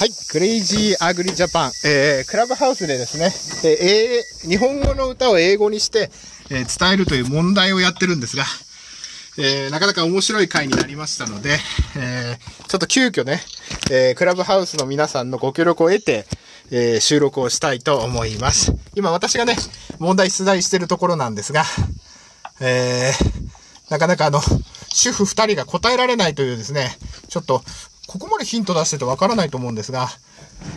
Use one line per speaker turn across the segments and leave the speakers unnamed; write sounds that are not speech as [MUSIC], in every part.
はい、クレイジーアグリジャパン、えー、クラブハウスでですね、えー、日本語の歌を英語にして、えー伝えるという問題をやってるんですが、えーなかなか面白い回になりましたので、えーちょっと急遽ね、えークラブハウスの皆さんのご協力を得て、えー収録をしたいと思います。今私がね、問題出題してるところなんですが、えーなかなかあの、主婦2人が答えられないというですね、ちょっと、ここまでヒント出しててわからないと思うんですが、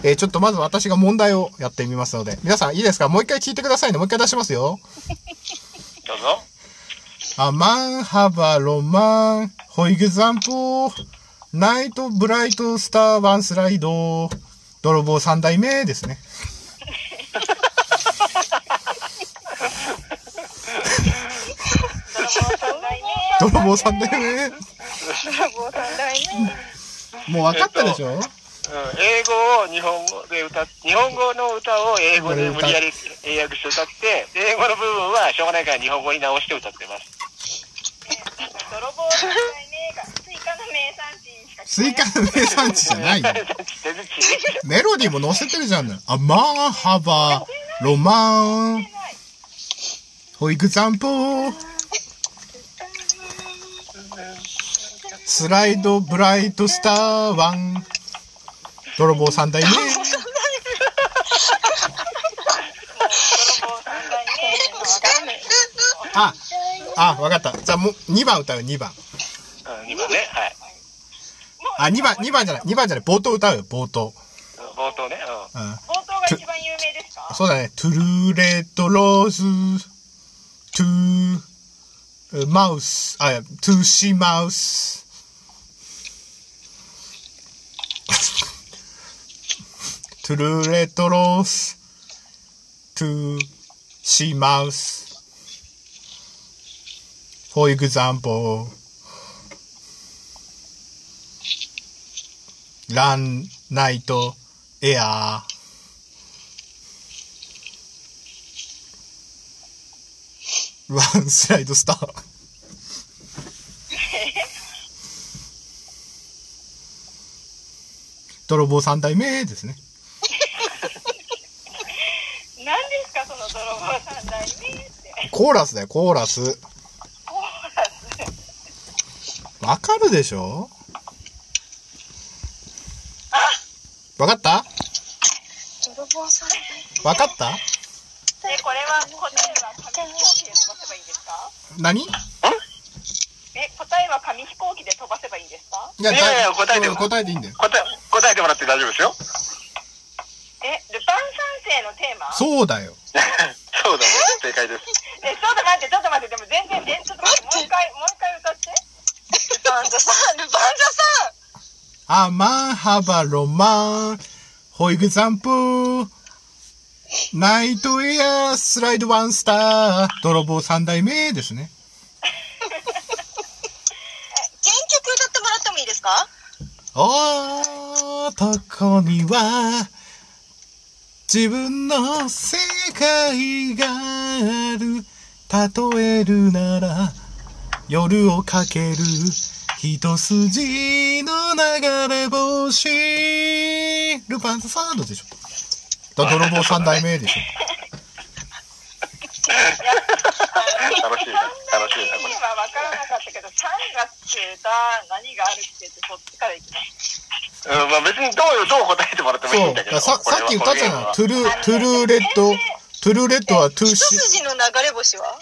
えーちょっとまず私が問題をやってみますので、皆さんいいですかもう一回聞いてくださいね。もう一回出しますよ。
どうぞ。
アマンハバロマン、ホイグザンポナイトブライトスターワンスライド、泥棒三代目ですね。泥棒三代目。もう分かったでしょ、
うん、英語を日本語で歌っ日本語の歌を英語で無理やり英訳して歌って、で英語の部分はしょうがないから日本語に直して歌って [LAUGHS] ます。
泥棒じゃないねえがスイカの名産品しか
スイカの名産地じゃないよ。
全然違う。
メロディーも載せてるじゃん。アマンハバロマン、ホイグザンポスライドブライトスターワン、泥棒三代目。
泥棒さんがいねえのわかんない
あ、あ、わかった。じゃあもう2番歌う、2番。
うん、今ね、はい。
あ、2番、2番じゃない、2番じゃない、冒頭歌うよ、冒頭。
冒頭ね、う
うん。
冒頭が一番有名ですか
そうだね。トゥルーレットローズ、トゥー、マウス、あ、いやトゥーシーマウス。 [LAUGHS] トゥルーレットローズ、トゥーシーマウス。For example, run night air. ワンスライドス
[LAUGHS]
ター。泥棒三代目ですね。
何ですかその泥棒さんだいねえって
コーラスだよ、コーラス。
コーラス
わかるでしょわかった
泥棒さんだ
わかった
でこれは答えは紙飛行機で飛ばせばいいんですか
何い
え答えは紙飛行機で飛ばせばいいんですか
や
いやいや答えてよ
答えていいんだよ
ん。。答え、答えてもらって大丈夫ですよ。 [LAUGHS]
えルパン三世のテーマ
そうだよ。
そう [LAUGHS] だね、正解です。
えちょっと待ってちょっと待ってでも全然全ちょっと待ってもう一回もう一回歌って
ルパンザさんルパンザ
ア
さん
マンハバロマン、ホイグザンプナイトエアスライドワンスター、泥棒三代目ですね。
原曲歌ってもらってもいいですか
男には自分の世界がある例えるなら夜をかける一筋の流れ星ルパンサードでし [LAUGHS] ょだ泥棒三代目で [LAUGHS] しょ
は分
楽しいな、楽しいな、これ。
からなかったけど3月って歌何があるって言ってそっちから行きまし
うん、まあ別にどう、どう答えてもらってもい
そ
い
うんだ
だけ
から
ど。
ささっき歌ったじゃんトゥルートゥルーレッドトゥルーレッドはトゥー
一
シー
筋の流れ星は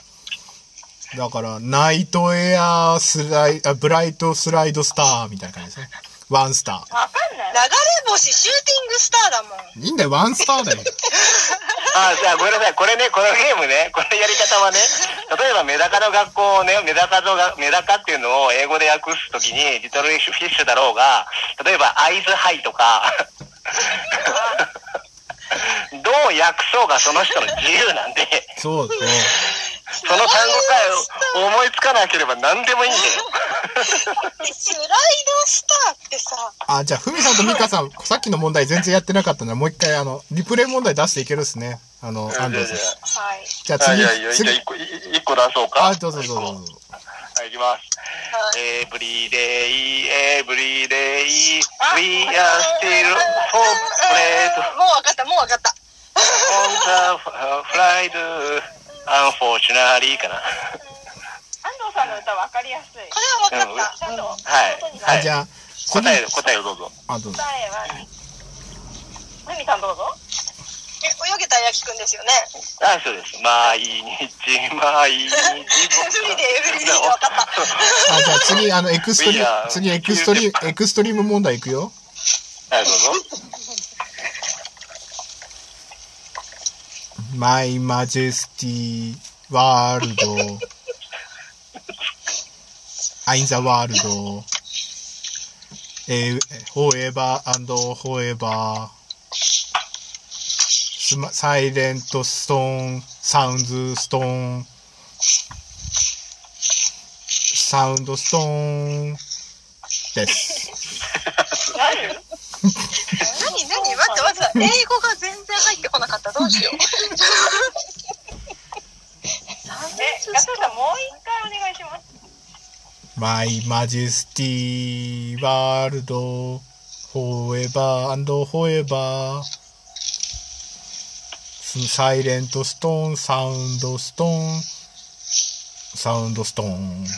だから、ナイトエアースライ、あブライトスライドスターみたいな感じですね。ワンスタ
た分かんない
流れ星シューティングスターだもん
ー。いいんだよ、ワンスターだよ。
あ、じゃあごめんなさい。これね、このゲームね、このやり方はね、例えばメダカの学校をね、メダカのが、メダカっていうのを英語で訳すときに、リトルフィッシュだろうが、例えばアイズハイとか、どう訳そうがその人の自由なんで、
そうそう。
その単語さえ思いつかなければ何でもいいんだよ。
スライドスターってさ
あ、じゃあ、ふみさんとみかさん、さっきの問題全然やってなかったんで、もう一回、あの、リプレイ問題出していけるっすね。あの、安藤さん。
はい
じゃあ
いやい
次
や
次。
いや、、じゃあ一個、いい一個出そうか。
あ、どうぞどうぞどうぞ。
はい、いきます。エブリデイ、エブリデイ、We are still for bread
もう分かった、もう分かった。
on the flight, unfortunately かな。
安藤さんの歌分かりやすい。
これは分かっ
ちゃんと、
はい
本当にな
あ、
はい
る
じゃあ、次
答え、答えをどうぞ。
あ、どうぞ
答。えは、ふみさんどうぞ。
た。え、泳げたやきくんですよね。
あ、そうです。毎日、毎 [LAUGHS] 日。
ブリデイエブリデイが分か
[LAUGHS]
った
あ、じゃあ次、あの、エクストリ
いや、
次、エクストリ、エクストリーム問題いくよ。
はい、どうぞ。
マイマジェスティワールド。アインザワールド。えー、フォーエバーフォーエバー。スマ、サイレントストーン、サウンズストーン。サウンドストーンです。
なる
何何待って待って英語が全然入ってこなかったどうしよう
え、ガトさんもう一回お願いします。
マイマジェスティワールドフォーエバーフォーエバーサイレントストーンサウンドストーンサウンドストーン
音の石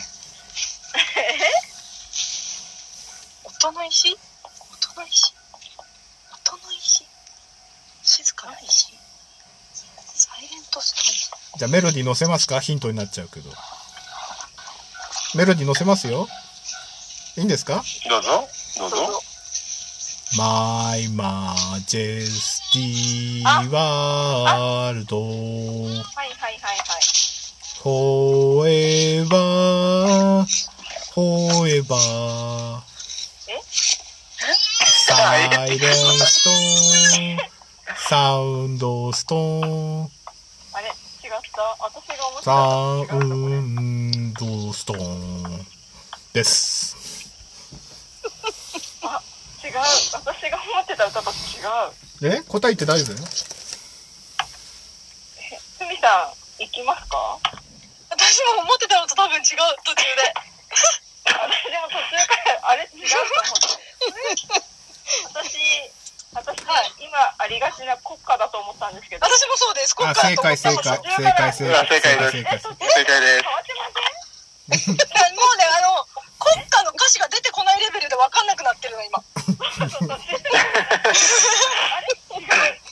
音の石音の石静かな石サイレントスト
じゃあメロディー載せますかヒントになっちゃうけどメロディー載せますよいいんですか
どうぞ。ど
[LAUGHS]
うぞ。
マイマジェスティワールド
はいはいはいはい。
フォーエバー、フォーエバー。
え
サイレンストーン、サウンドストーン、
あれ違った私が思っ
サ
てた
ウ
のと違う
ンドストーンです。
違う私が思ってた歌と違う
え答えって大丈夫
ふみさん行きますか
ーン私も思ってたのと多分違う途中で
私でも途中からあれ違う [LAUGHS] と思って私私、今ありがちな国歌だと思ったんですけど
私もそうです今
あ、
回
正
と思
解、
った
正
も
解、正
途
ん
中か
解、
ら
正解、正解、正
正
解。
正解です [LAUGHS]
変。わってません
もうねあの国歌の歌詞が出てこないレベルで分かんなくなってるの今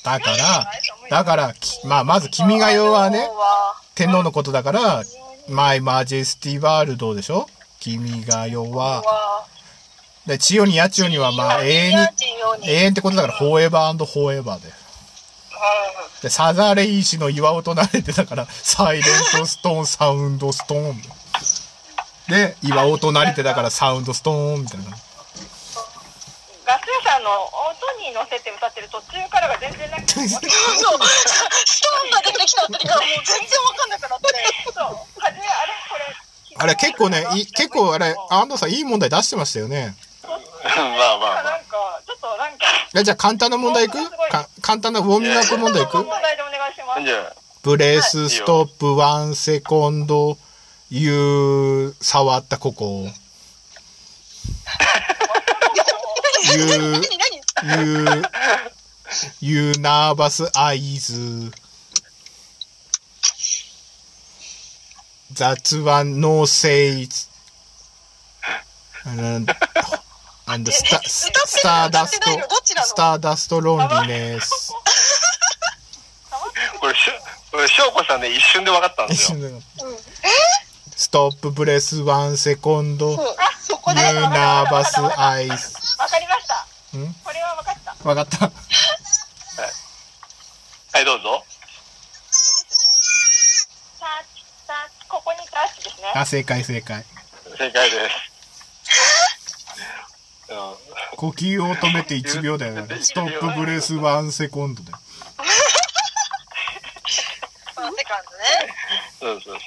だから、だから、きまあ、まず、君が代はね、天皇のことだから、マイマジェスティワールドでしょ君が代は、
わ
で、千代に八千代には、まあ、永遠に、永遠ってことだから、フォーエバーフォーエバーで。で、サザレイ氏の岩尾となれてだから、サイレントストーン、サウンドストーン。で、岩尾となりてだから、サウンドストーンみたいな。 [LAUGHS]
ガス屋さんの音に乗せて歌ってる途中からが全然なくて私
そうストーンが出てきたあたりからもう全然分かんなくなって
そう初めあれこれ
あれ、結構ね、い結構あれ、安藤さん、いい問題出してましたよね。
まあまあま
な
あ。
んかちょっとなんか
えじゃあ、簡単な問題いくか簡単なウォーミングアップ問題いく
問題でお願いします
じゃあ、
ブレスストップワンセコンド、ゆう、触ったここ。ゆう、
何何
ゆう、ゆうナーバスアイズ。雑話ノーセイズ。アンドスタ、スターダスト、スターダストロンリネス。
これ、しょ、これ、しょうこさんね、一瞬で分かったんで
[LAUGHS]
すよ。
ストップブレスワンセコンド。
あそこ
ニューナーバスアイス。
わかりました
ん
これは分かった
わかった。
はい、どうぞ。
タッチタッチここにタッチですね
あ、正解正解。
正解です。うん
呼吸を止めて1秒だよね。ストップブレスワンセコンドだよ。
ワンセカンドね
そうそう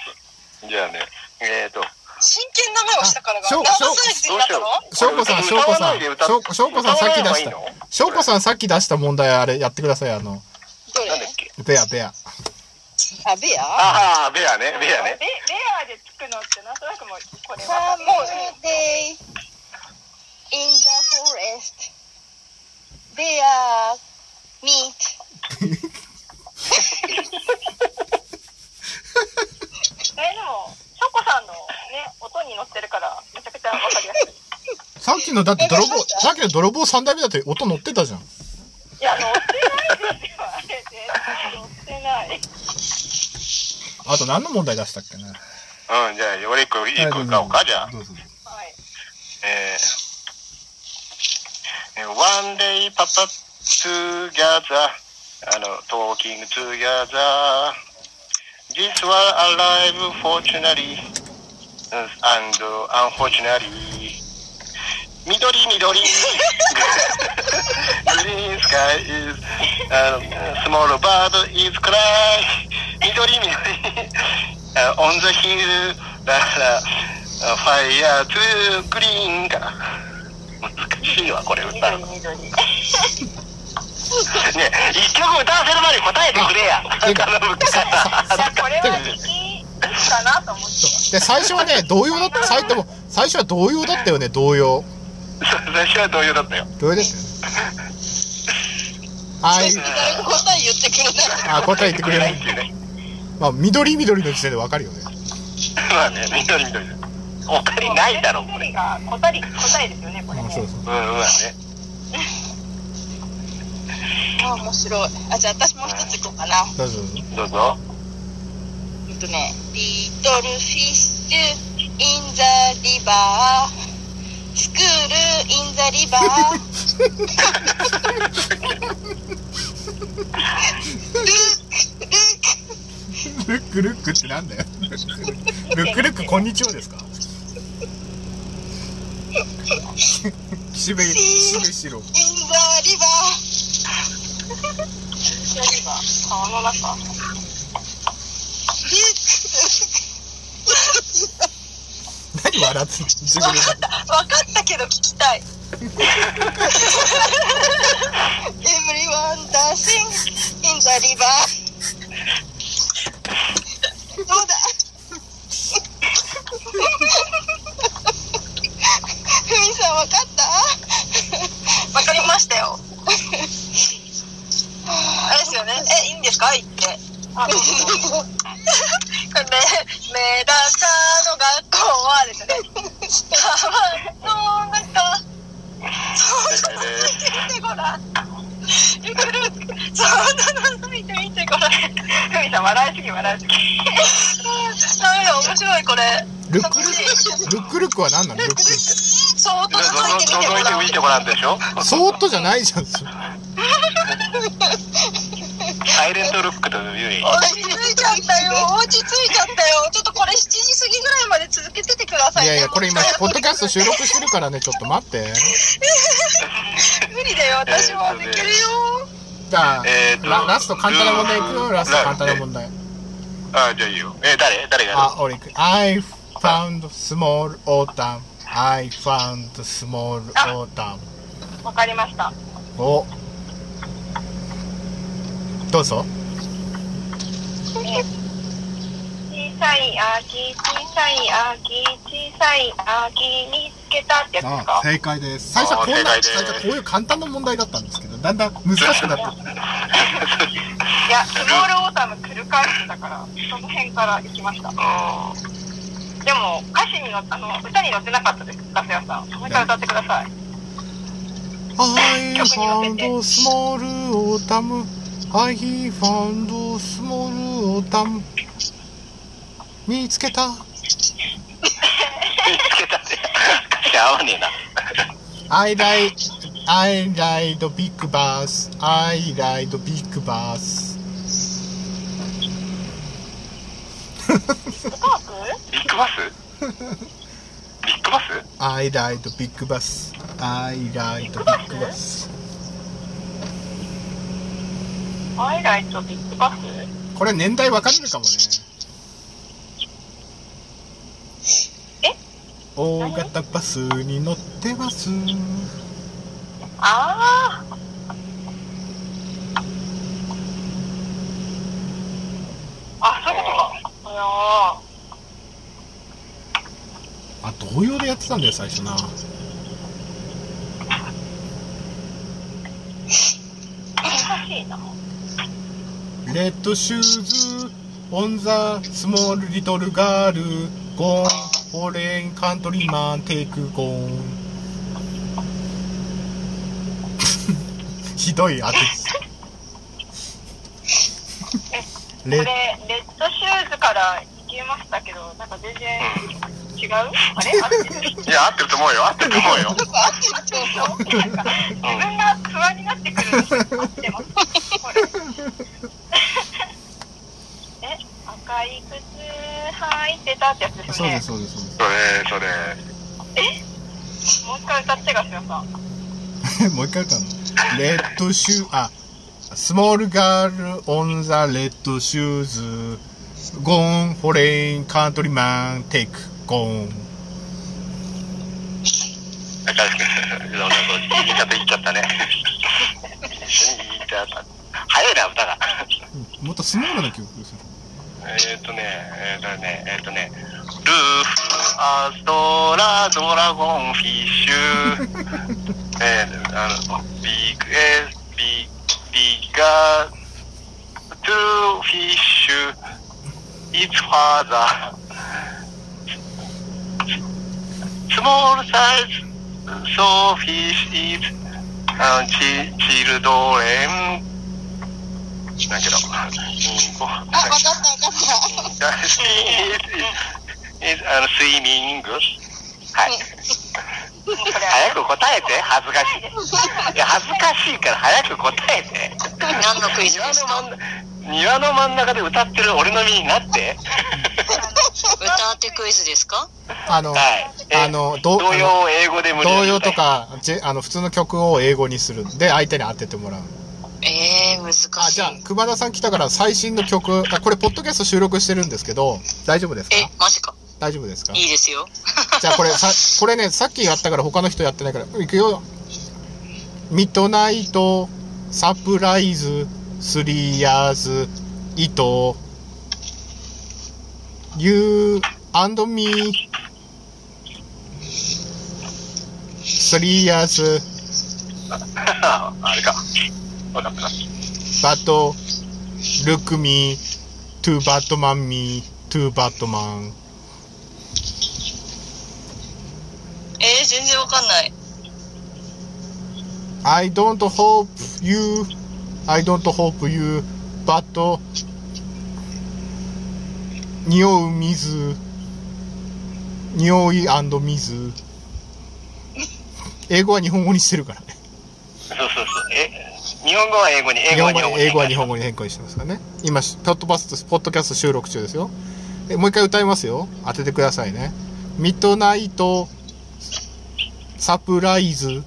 そう。じゃあね、えーと、
真剣な目をしたからが
あそう
ナーバスアイズ
どう
になっ
したよ
の
う。
しょうこさん、しょうこさん、しょうしょうこさんさっき出した。しょうこさんさっき出した問題あれやってください、あの、
どれ
なんだっけ
ペアペア。
あベア
ああ、ベアね、ベアね。
ベベアで作くのってなんとなくもうこれは
Saturday in the forest. They are meet.
えでもしょこさんのね音に乗ってるからめちゃくちゃわかりやすい
さっきのだって泥棒
えわかりました
さっきの泥棒三代目だって音乗ってたじゃん
いや乗ってないですよあれ絶対乗ってない
あと何の問題出したっけな
うん、じゃあ、俺一個、一個買おうか、じゃあ。
どうぞどうぞ
はい
えー、One day, Papa, together, あの、talking together. This was alive, fortunately, and unfortunately. 緑緑 Green sky is, あの small bird is cry. 緑緑 Uh, on the hill, ララ、uh, fire to green かな。難しいわ、これ歌うの。ね
緑緑
[LAUGHS] え一曲歌わせる前に答えてくれや。
ていうか
頼むから
いやこれは好きかなと思って
で最初はね同様だった最でも最初は同様だったよね同様
[LAUGHS] そう最初は同様だったよ。
同様ですよねはい
誰も答え言ってくれない。
あ答え言ってくれない
っていうね。
まあ緑緑の時点でわかるよね
[LAUGHS] まあね、緑緑だ。おかりないだろ、これ。
緑が答え答えですよねこれ
あ
ね
そうそう
うん、うん、ね。
あ面白い。あじゃあ私もう一つ行こうかな。
どうぞどうぞ
どうぞ。
うんとね。
Little fish in the river. School in the river. look, look.
ルックルックってなんだよルックルックこんにちはですか岸辺岸辺四郎
In the river.
緑が川の中
何笑ってんの自分で
わかったけど聞きたい。
Everyone dancing in the river. どうだふみさんわかった
わかりましたよ。あれですよね。えいいんですか言って。
あ
これめメダカの学校はですね。川の中。そんなの見て見てごらん。ゆくるそんなの見て見てごらん。
ふみさん笑いすぎ笑いすぎ
ダメだ面白いこれ。
ルックルックルックルックは何なのルックルッ
そーっと
どうぞ
覗いてみてごらん。
覗いてみてもらうでしょ。
クそーっとじゃないじゃん
サイレントルックというより。
落ち着いちゃったよ。落ち着いちゃったよ。ちょっとこれ7時過ぎぐらいまで続けててください、
い
ね。
やいやこれ今ポッドキャスト収録してるからねちょっと待って
無理だよ。私もできるよ。
じゃあ、
えーと
ララスト簡単な問題いくよラスト簡単な問題
あ、じゃあいいよ。え、誰誰がや
あ、俺行く。I found small autumn. I found small autumn.
わかりました
お。どうぞ。
小さい秋小さい秋小さい秋見つけたってやつですか
正解です。最初はこんな、
あ
最
正解です
初はこういう簡単な問題だったんですけど、だんだん難しくなってる。
いやスモールウォーターの来るかってだからその辺から行きましたで
る
も歌詞にのあの歌に載ってなかったですガス屋さんもう一回歌ってくださ
[LAUGHS]
い
I
曲に
found
乗
small autumn. I found small autumn. 見つけた。
[LAUGHS] 見つけ [LAUGHS] たって。合わねえな。
I ride, I ride big bus. I ride big bus.
スパーク
ビッグバスビッグバス
I ride big bus. I ride big bus.
アイライトビッグバス
これ年代分かれるかもね。
え
大型バスに乗ってます。
あああそういうことかいやー
童謡でやってたんだよ、最初な。
難しいな。
レッドシューズ、オンザ、スモールリトルガール、ゴーン、フォレンカントリーマン、テイクゴーン。 [LAUGHS] ひどい
[LAUGHS]
当て。レ
これ、レッドシューズから消えましたけど、なんか全然違うあれ合ってる
いや、合ってると思うよ。合ってると思うよ。
合ってると
なん
思う。
か自分が不安になってくるの合ってます。これえ、赤い靴履いてたってやつです
そう
よ
で
ね
す、。そうです、そう
それ、それ。
もう一回歌ってがしよさん。
[LAUGHS] です。もう一回かな。レッドシュー、あ、スモールガール、オンザ、レッドシューズ、ゴーン、フォレンカントリーマン、テイクゴーン。
赤い服。そうそうそう。言い方言っちゃ [LAUGHS] ったね。言っちゃった。早いな、歌が。
うんもっとスモールな曲ですよ。
えっ、ー、とね、えっ、ー、とね、えっ、ー、とね、ルーフ、アストラ、ドラゴン、フィッシュ、えー、あの、ビッグ、えー、ビビガー、トゥー、フィッシュ、イツファーザー、スモールサイズ、ソーフィッシュ、イツ、あの、チ、チルドレン、だけど、うんこ
あ、わかったわかっ
is, [LAUGHS] is, is, あの、睡眠具はい。早く答えて、恥ずかしい。いや、恥ずかしいから早く答えて。
何のクイズ
庭
で
の
すか
真ん庭の真ん中で歌ってる俺の身になって。
歌ってクイズですか
あの、
はい。え
あのど
童謡を英語で無理や
童
り
謡
歌
と
え
かじあの普通の曲を英語にするで相手に当ててもらう
えー、難しい。
あじゃあ熊田さん来たから最新の曲あこれポッドキャスト収録してるんですけど大丈夫ですか
え、マジか。
大丈夫ですか
いいですよ。
じゃあこれさこれねさっきやったから他の人やってないからいくよミッドナイトサプライズスリーヤーズ糸 You and me スリーヤーズ
あれか。わかったな。
バット、ルックミー、トゥーバットマンミー、トゥーバットマン。
えー、全然わかんない。
I don't hope you, I don't hope you, but 匂う水、匂い水。 [LAUGHS] 英語は日本語にしてるからね。
そうそうそう。え、日本語は英語に、英
日
語は
本語
日本語
に
に。
英語は日本語に変更してますからね。今、ポッドバスト、ポッドキャスト収録中ですよ。えもう一回歌いますよ。当ててくださいね。ミッドナイト、サプライズ、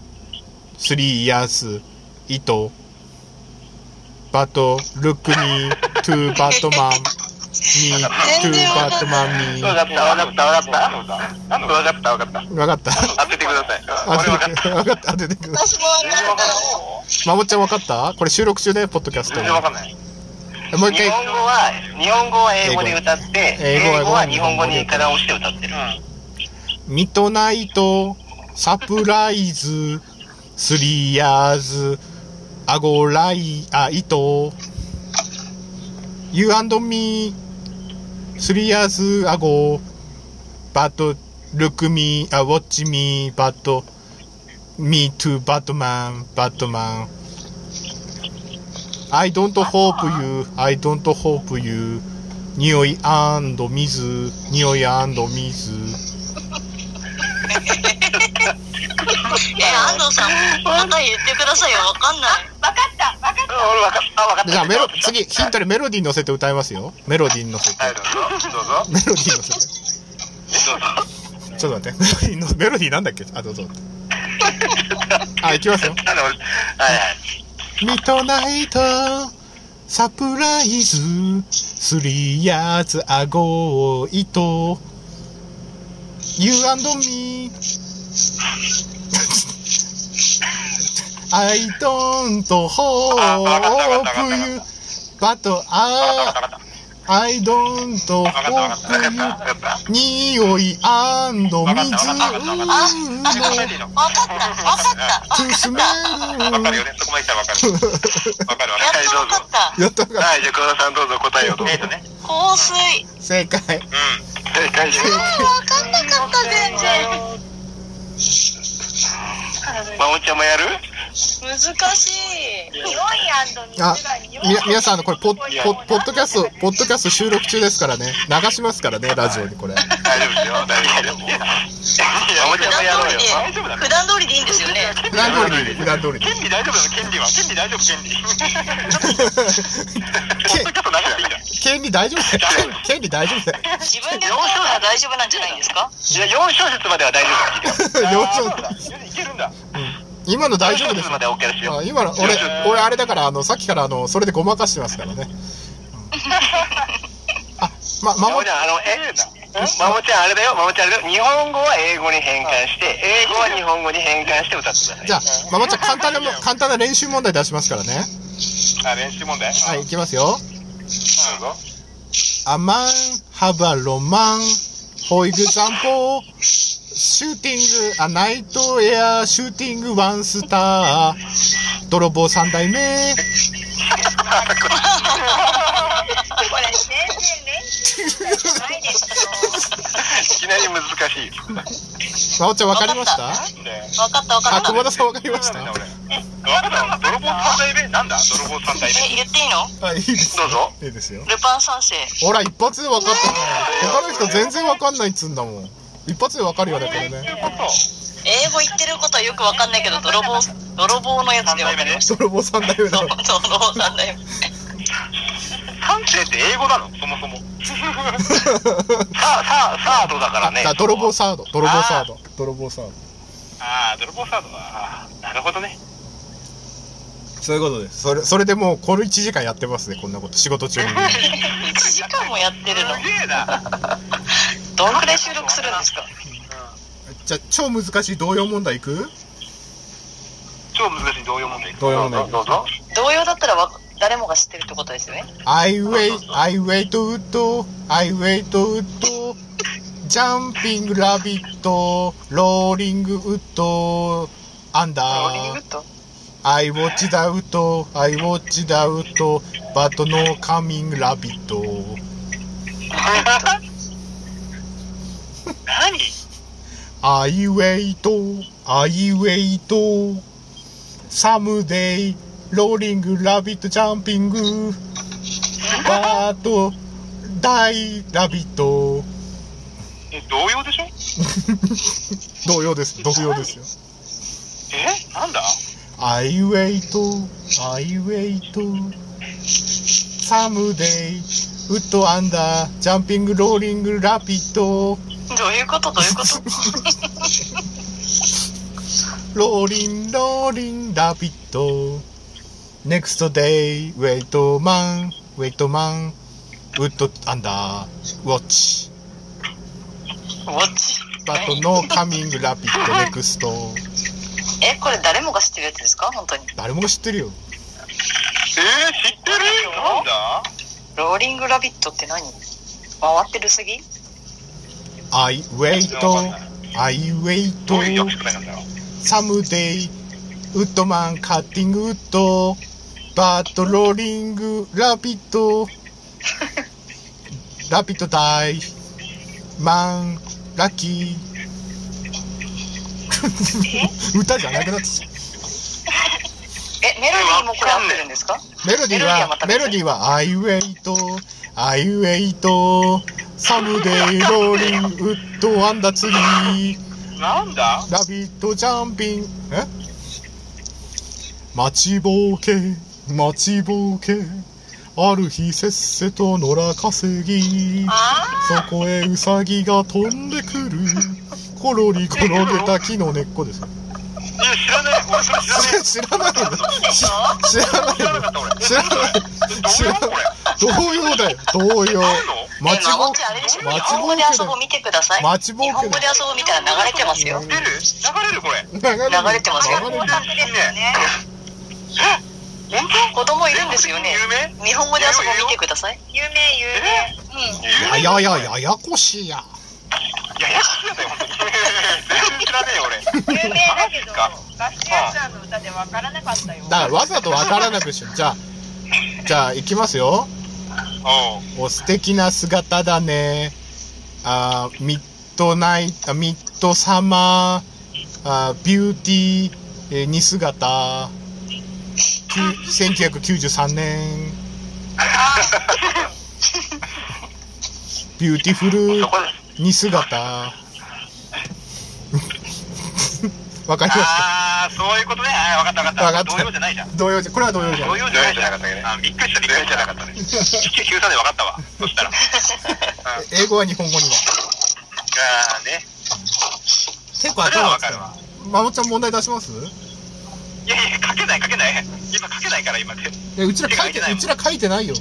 スリーヤース、糸、バト、ルックミー、トゥーバットマン、ミー、トゥーバットマン、ミ
わ
ー。
かった、わかった、わかった。わかった、わかった。
わかった
当ててください。
当
俺わか
て
って
く
た。
わかった当ててく
た。私もわかった。
まもっちゃんわかったこれ収録中で、ポッドキャスト
全。然わかんない。
もう一
日
回
本。語は日本語は英語で歌って
英
英
語
語
は
は日本語に直して歌ってる、
ミトナイト、サプライズ、スリーヤーズ、アゴライ、あ、糸、You and me, スリーヤーズ、アゴ、バット、ルックミー、あ、ウォッチミー、バット、me too, バットマン、バットマン。I don't hope you, I don't hope you, 匂い水、匂い水。
え、安藤さん、答え言ってくださいよ。わかんない。
わかったわかっ
うん、俺分かった分かった
じゃあメロ、次、ヒントでメロディー乗せて歌いますよ。メロディー乗せて。
はいどうぞどうぞ
メロディー乗せて。ちょっと待って。メ [LAUGHS] ロディーの、メロディーなんだっけあ、どうぞ。あ、いきますよ。
あのはいはい
ミッドナイト、サプライズ、スリーヤーズ、アゴー、糸、You and me, [LAUGHS] I don't
あわかったわかったわか
hope
った
you, but
分か
I
った分かっ
I don't
たわかったわかった。わかったわ
want
かった。
匂い and 水
わかったわかったわかった。自分でいいの。
わかった。わかった。
to smell
わかるよね。そこまで来たらわかる。わかるわかる。はい、ど
やっ
う
と
や
ぞ
わかっ。た。
ったか
はい、じゃあ、黒田さんどうぞ答えをどうぞ。えっとね。
香水。
正解
うん。正解です。
あわかんなかった、全然。
まもちゃんもやる
難しい。
匂い水が
あ
匂い
みな皆さんあのこれポッ
匂い
ポッポッドキャストポッドキャスト収録中ですからね流しますからねラジオにこれ
大丈夫ですよ。大丈夫ですよ。まもちゃんもやろうよ。大丈夫だ
普段通りでいいんですよね。
普段通りで普段通りで
権利大丈夫だよ、権利は。権利大丈夫、権利。ほっとちょっと流してい
権
いんだ。
利大丈夫だよ権利大丈夫だよ
自分で通ったら大丈夫なんじゃないんですか
いや、4小節までは大
[LAUGHS]
丈夫
4
だ。
小
節。いけるんだ。
今の大丈夫で
4小
す
節までは OK ですよ
あ。今の俺
よし
俺あれだからあのさっきからあのそれでごまかしてますからねあま
ま
まも
もちゃん、あの、え、まもちゃん、あれだよ、まもちゃん、あれだよ。日本語は英語に変換して、英語は日本語に変換して歌ってください。
じゃあまもちゃん簡単なも簡単な練習問題出しますからね
あ、練習問題
はいいきますよ
どうぞ。
A man have a roman. For example, shooting a night air, shooting one star. 泥棒三代
[LAUGHS]
目。
これ全然練習してないですよ
いきなり難しい。
[LAUGHS] まおちゃんわかりました
わか
ね
わかったわか
あ、
った。
熊田さんわかりました
なんだ
は
俺わかった泥棒三代目なんだ泥棒三代
え、言っていいの
い、いいです
どうぞ。
いいですよ。
ルパン三世。
ほら、一発でわかったね。他の人全然わかんないっつうんだもん。一発でわかるよね、これね。
英語言ってることはよくわかんないけど、泥棒、泥棒のやつでわかりまし
泥棒三代目だ
た。
よ
泥。棒なんだよ。
三世って英語なのそもそも。さあ、さあ、サードだからね
あ。泥棒サード、泥棒サード、泥棒サード。
ああ、泥棒サードは。あーなるほどね。
そういうことです。それ、それでもう、この1時間やってますね、こんなこと。仕事中に。
1時間もやってるの
す。げえな。
どんくらい収録するんですか
じゃあ、超難しい同様問題いく
超難しい同様問題。
同様問題
どうぞ。
同様だったらわ誰もが知ってるってことですよね。
I wait, I wait, ウッド、I wait, ウッド、ジャンピングラビット、ローリングウッド、アン
ローリングウ
ダー、
ッド
I watch the ウッド、I watch the ウッド、but no coming rabbit。
何
I wait, I wait, someday, ローリングラビット、ジャンピング、but 大ラビット。
え、同様でしょ
同様です、同様ですよ。
えなんだ
アイウェイト、アイウェイト、サムデイ、ウッドアンダー、ジャンピングローリングラピッド、
どういうことどういうこと
[LAUGHS] ローリンローリンラピッド、ネクストデイ、ウェイトマン、ウェイトマン、ウッドアンダー、ウォッチ、
ウォッチ。
バトノーカミングラピッド、ネクスト。
え、これ誰もが知ってるやつですか本当に。
誰もが知ってるよ。
えー、知ってるなんだ
ローリングラビットって何回ってるすぎ
アイウェイト、アイウェイ
どういう
ト
訳。し方なんだろう
サムデイ、ウッドマン、カッティングウッド、バットローリング、ラピッ [LAUGHS] ト、ラピット大、マン、ラッキー。歌じゃなくなってきた
え、メロディーもこれ合ってるんですか
メロディー
メロディーはま
は、
た
メ
別
ロディーは、アイウェイト、アイウェイト、サムデイ、ローリング、ウッド、アンダーツリー、
なんだ
ラビットジャンピング、え待ちぼうけ、待ちぼうけ、ある日せっせと野良稼ぎ、そこへウサギが飛んでくる、コロリ転げた木の根っこです。
いや、知らない。俺それ知らない。
知らないの知らない
知らなかった俺。
の知らない知らない同様だよ、同様。
え、
待ちぼ
孫
う
っ
け
てあれでしょ、
待
日
ち
本
ぼ
語
う
で
け
遊ぼう見てください。
待ちぼうけ
日
だ
本語で遊ぼうみたいな流れてますよ。
出る流れるこれ。
だよ。
流れてますよ
流れて
本
る
格ですよね
え、本当
子供いるんですよね
有名
日本語で遊ぼう見てください
有名、有名。
うん
有
や
名
ややややこしいや。
いや、やしいよね、本当に。全然知らねえよ、俺。
有名だけど、
あ
ガスキアさんの歌でわからなかったよ。
だからわざとわからなくしよう。じゃあ、じゃあ、いきますよ。
おう。
お、素敵な姿だね。あー、ミッドナイト、ミッドサマー、あービューティー、えーに姿。きゅ1993年。ビューティフル
そこで。
に
[LAUGHS]
姿。わかりますか
あー、そういうことね。あー、わかったわかった。
わかった
同様じゃないじゃん。
同様じゃ、これは同様じゃ
同
ない。
様じゃないじゃん。あ、びっくりした、びっくりじゃなかったね。1993でわかったわ。そしたら。うん。
英語は日本語にも。
あーね。
結構
それは
頭
わ
使
か
う
るわ。
まもちゃん問題出します
いやいや、書けない、書けない。今書けないから、今で。
えうちら書い
手が空
てう
いてないも
んちら書いてないよ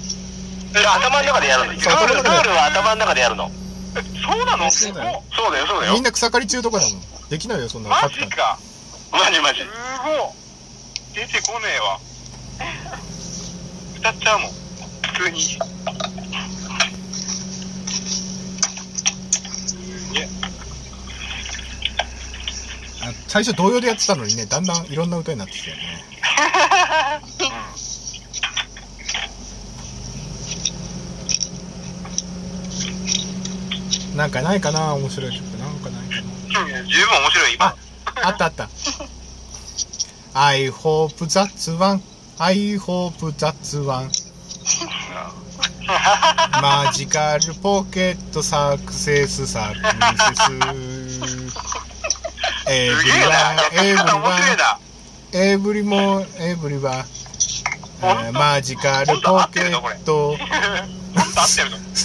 頭の中でやるの。ル
そう頭の
ー
中
ル、ル
で
ールは頭の中でやるの。そうなの
そうだよ
そうだよ、そうだよ
みん。な草刈り中とかだもんできないよそんなの
マ
書く
ジ
なんて
か。マジマジ。すごい。出てこねえわ。歌っちゃうもん。普通に。いや、
あ最初同様でやってたのにねだんだんいろんな歌になってき
[LAUGHS]
たよねなんかないかな面白い曲なんかないかな
十分面白い。今
ああったあった I hope that's one I hope that's one マジカルポケットサクセスサクセスエブ
す
リ
げえ
ワ
な。
ンエ
や
ブリワンエブ
っぱ面白いな。
リモンエブリワンえーマジカルポケット
[LAUGHS] 本当合ってるの知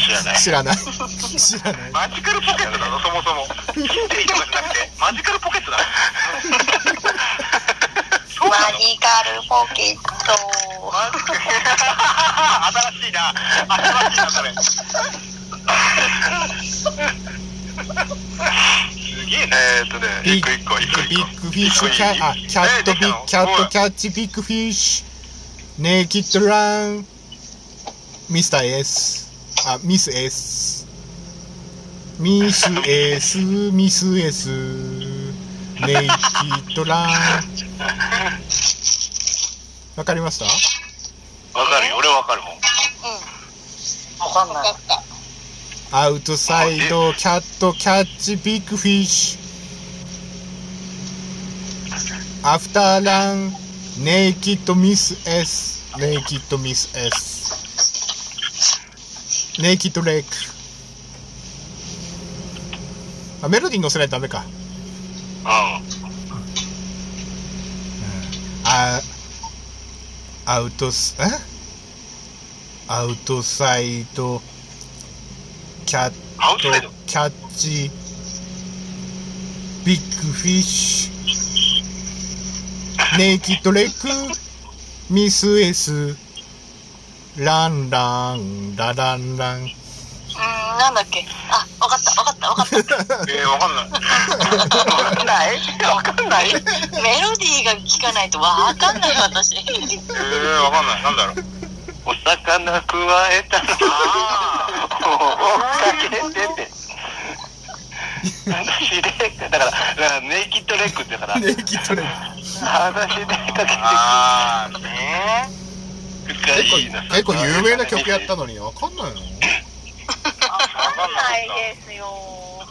らない
知らない知らない
マジカルポケットなの、そもそも。キッテリとかじゃなくて、マジカルポケットだ。そうなの
マジカルポケット。
マジ新しいな。新しいな、それ。すげえな。えーっとね、
ビッ
一
グ
個一個、一個一
ビ
個。
ッグフィッシュキャあキャットビキャットキャッチビッグフィッシュネイキッドランミスター S あミス S ミス S ミス S ネイキッドランわかりました
わかるよ、俺わかるもん。
わかんない
アウトサイドキャットキャッチビッグフィッシュアフターランネイキッドミス S ネイキッドミス S ネイキッドレイクあメロディーに乗せないとダメか
う
あアウトスえアウトサイドキャッ
アウトサイ
ト
ド
キャッチビッグフィッシ
[LAUGHS]
ュネイキッドレックミス S ランランラランラン
うんなんだっけあわかったわかったわかった
ん。えー、わかんない。わかんないわかんないえ
メロディーが聞かないとわかんない私
ー、わかんない。なんだろう。お魚くわえたの。ああ。おかけてて。話で、だから、だからネイキッドレッグってから。
ネイキッドレック
話でかけてくああ、ね
結構結構有名な曲やったのにわかんないの
わかんないですよ。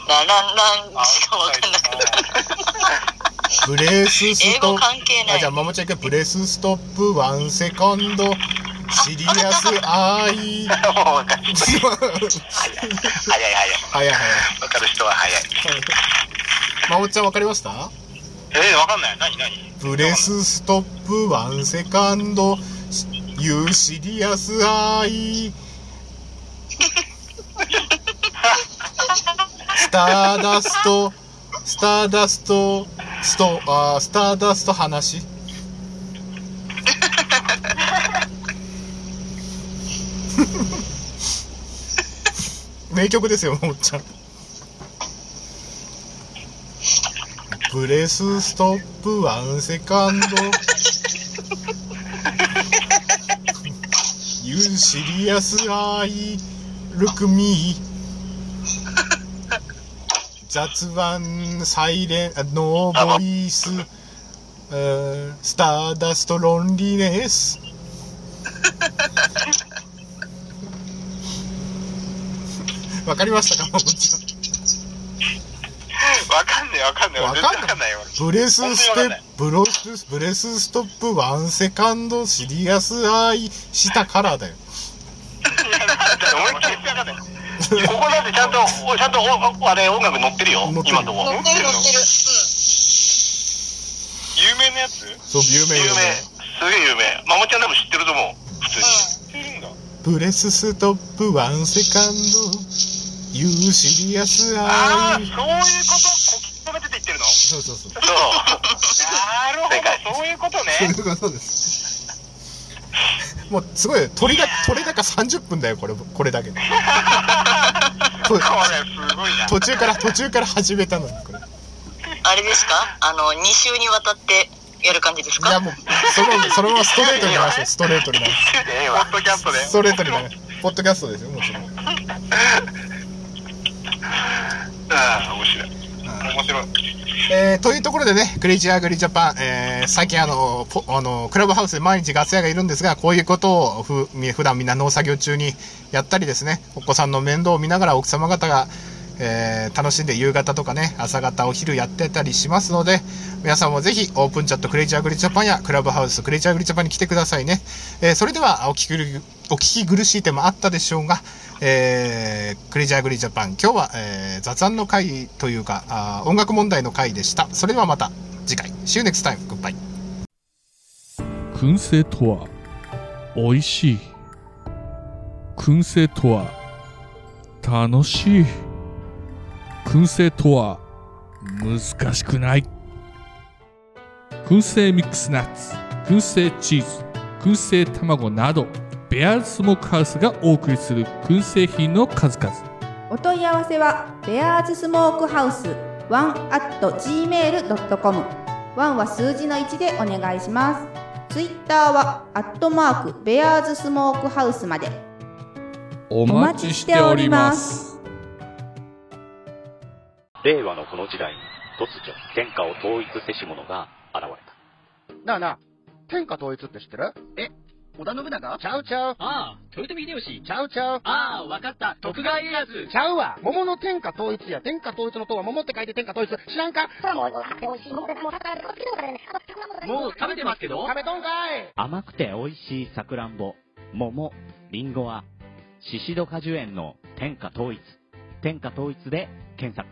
ランランランしかわかんな [LAUGHS] くなる
ブレースス
英
ト
語
ッ
関係な
あ
い
じゃあマモちゃん一回ブレスストップワンセカンドシリアスアイ
もう分かる早い早い
[LAUGHS] 早い早い
分かる人は早い
マモちゃんわかりました
えー、分かんない何何
ブレスストップワンセカンドユーシリアスアイスターダストスターダストストあースターダスト話名曲ですよもっちゃんブレスストップワンセカンドシリアスアイルクミ雑腕サイレンあノーボイスえースターダストロンリネスわかりましたかももちゃん
わかんねえ、わかんねえ。
わ
俺
かん
全然わかんないよ。
ブレスステ
本当にわかん
ッ
ない
プ、ブロス、ブレスストップ、ワンセカンド、シリアスアイしたからだよ。
[LAUGHS] 思いっきりわかんない。ここだってちゃんと、おちゃんとお、あれ、音楽乗ってるよ
乗っ。てる
今のとこ。
乗ってる乗ってる。
有名なやつ
そう、有名
有
有
名。すげえ有名。まもちゃん多分知ってると思う。普通に。
名。ブレスストップ、ワンセカンド、ユーシリアス
ああ、
ア
そういう
イ。
こと、こき止めてって言ってるの
そうそうそう。
そう。なるほど、そういうこと
そうい [LAUGHS]
ね。
うことです。もうすごいよ鳥だ鳥だか30分だよこれこれだけでと
これ、すごいな。
途中から途中から始めたのにこれい
あれですかあの、2週にわたってやる感じです
や
か
もうそのそのままストレートに流してストレートに流して
ええわ。ポッドキャストで。
ストレートに流してポッドキャストですよもちろん
ああ、面白い。面白い。
えーというところでね、クレイジーアグリジャパン、えー最近あの、ポあの、クラブハウスで毎日ガス屋がいるんですが、こういうことをふ、み普段みんな農作業中にやったりですね、お子さんの面倒を見ながら奥様方が、えー楽しんで夕方とかね、朝方、お昼やってたりしますので、皆さんもぜひオープンチャットクレイジーアグリジャパンやクラブハウスクレイジーアグリジャパンに来てくださいね。えーそれでは、お聞きぐる、お聞き苦しい点もあったでしょうが、えークレイジーアグリジャパン、今日は、えー雑談の会というかあー音楽問題の会でした。それではまた次回。See you next time. Goodbye.
燻製とは美味しい燻製とは楽しい燻製とは難しくない燻製ミックスナッツ燻製チーズ燻製卵などベアーズスモークハウスがお送りする燻製品の数々
お問い合わせはベアーズスモークハウス1 at gmail.com ワンは数字の1でお願いしますツイッターはアットマークベアーズスモークハウスまで
お
待ちしております
令和のこの時代に突如天下を統一せし者が現れた
なあなあ、天下統一って知ってるえ、織田信長ちゃうちゃう。
ああ、豊臣秀吉。
ちゃうちゃう。
ああ、わかった。徳川家康。
ちゃうわ。桃の天下統一や。天下統一の塔は桃って書いて天下統一。知らんか
もう食べてますけど。
食べとんかい
甘くて美味しいさくらんぼ、桃、りんごは、シシド果樹園の天下統一。天下統一で検索。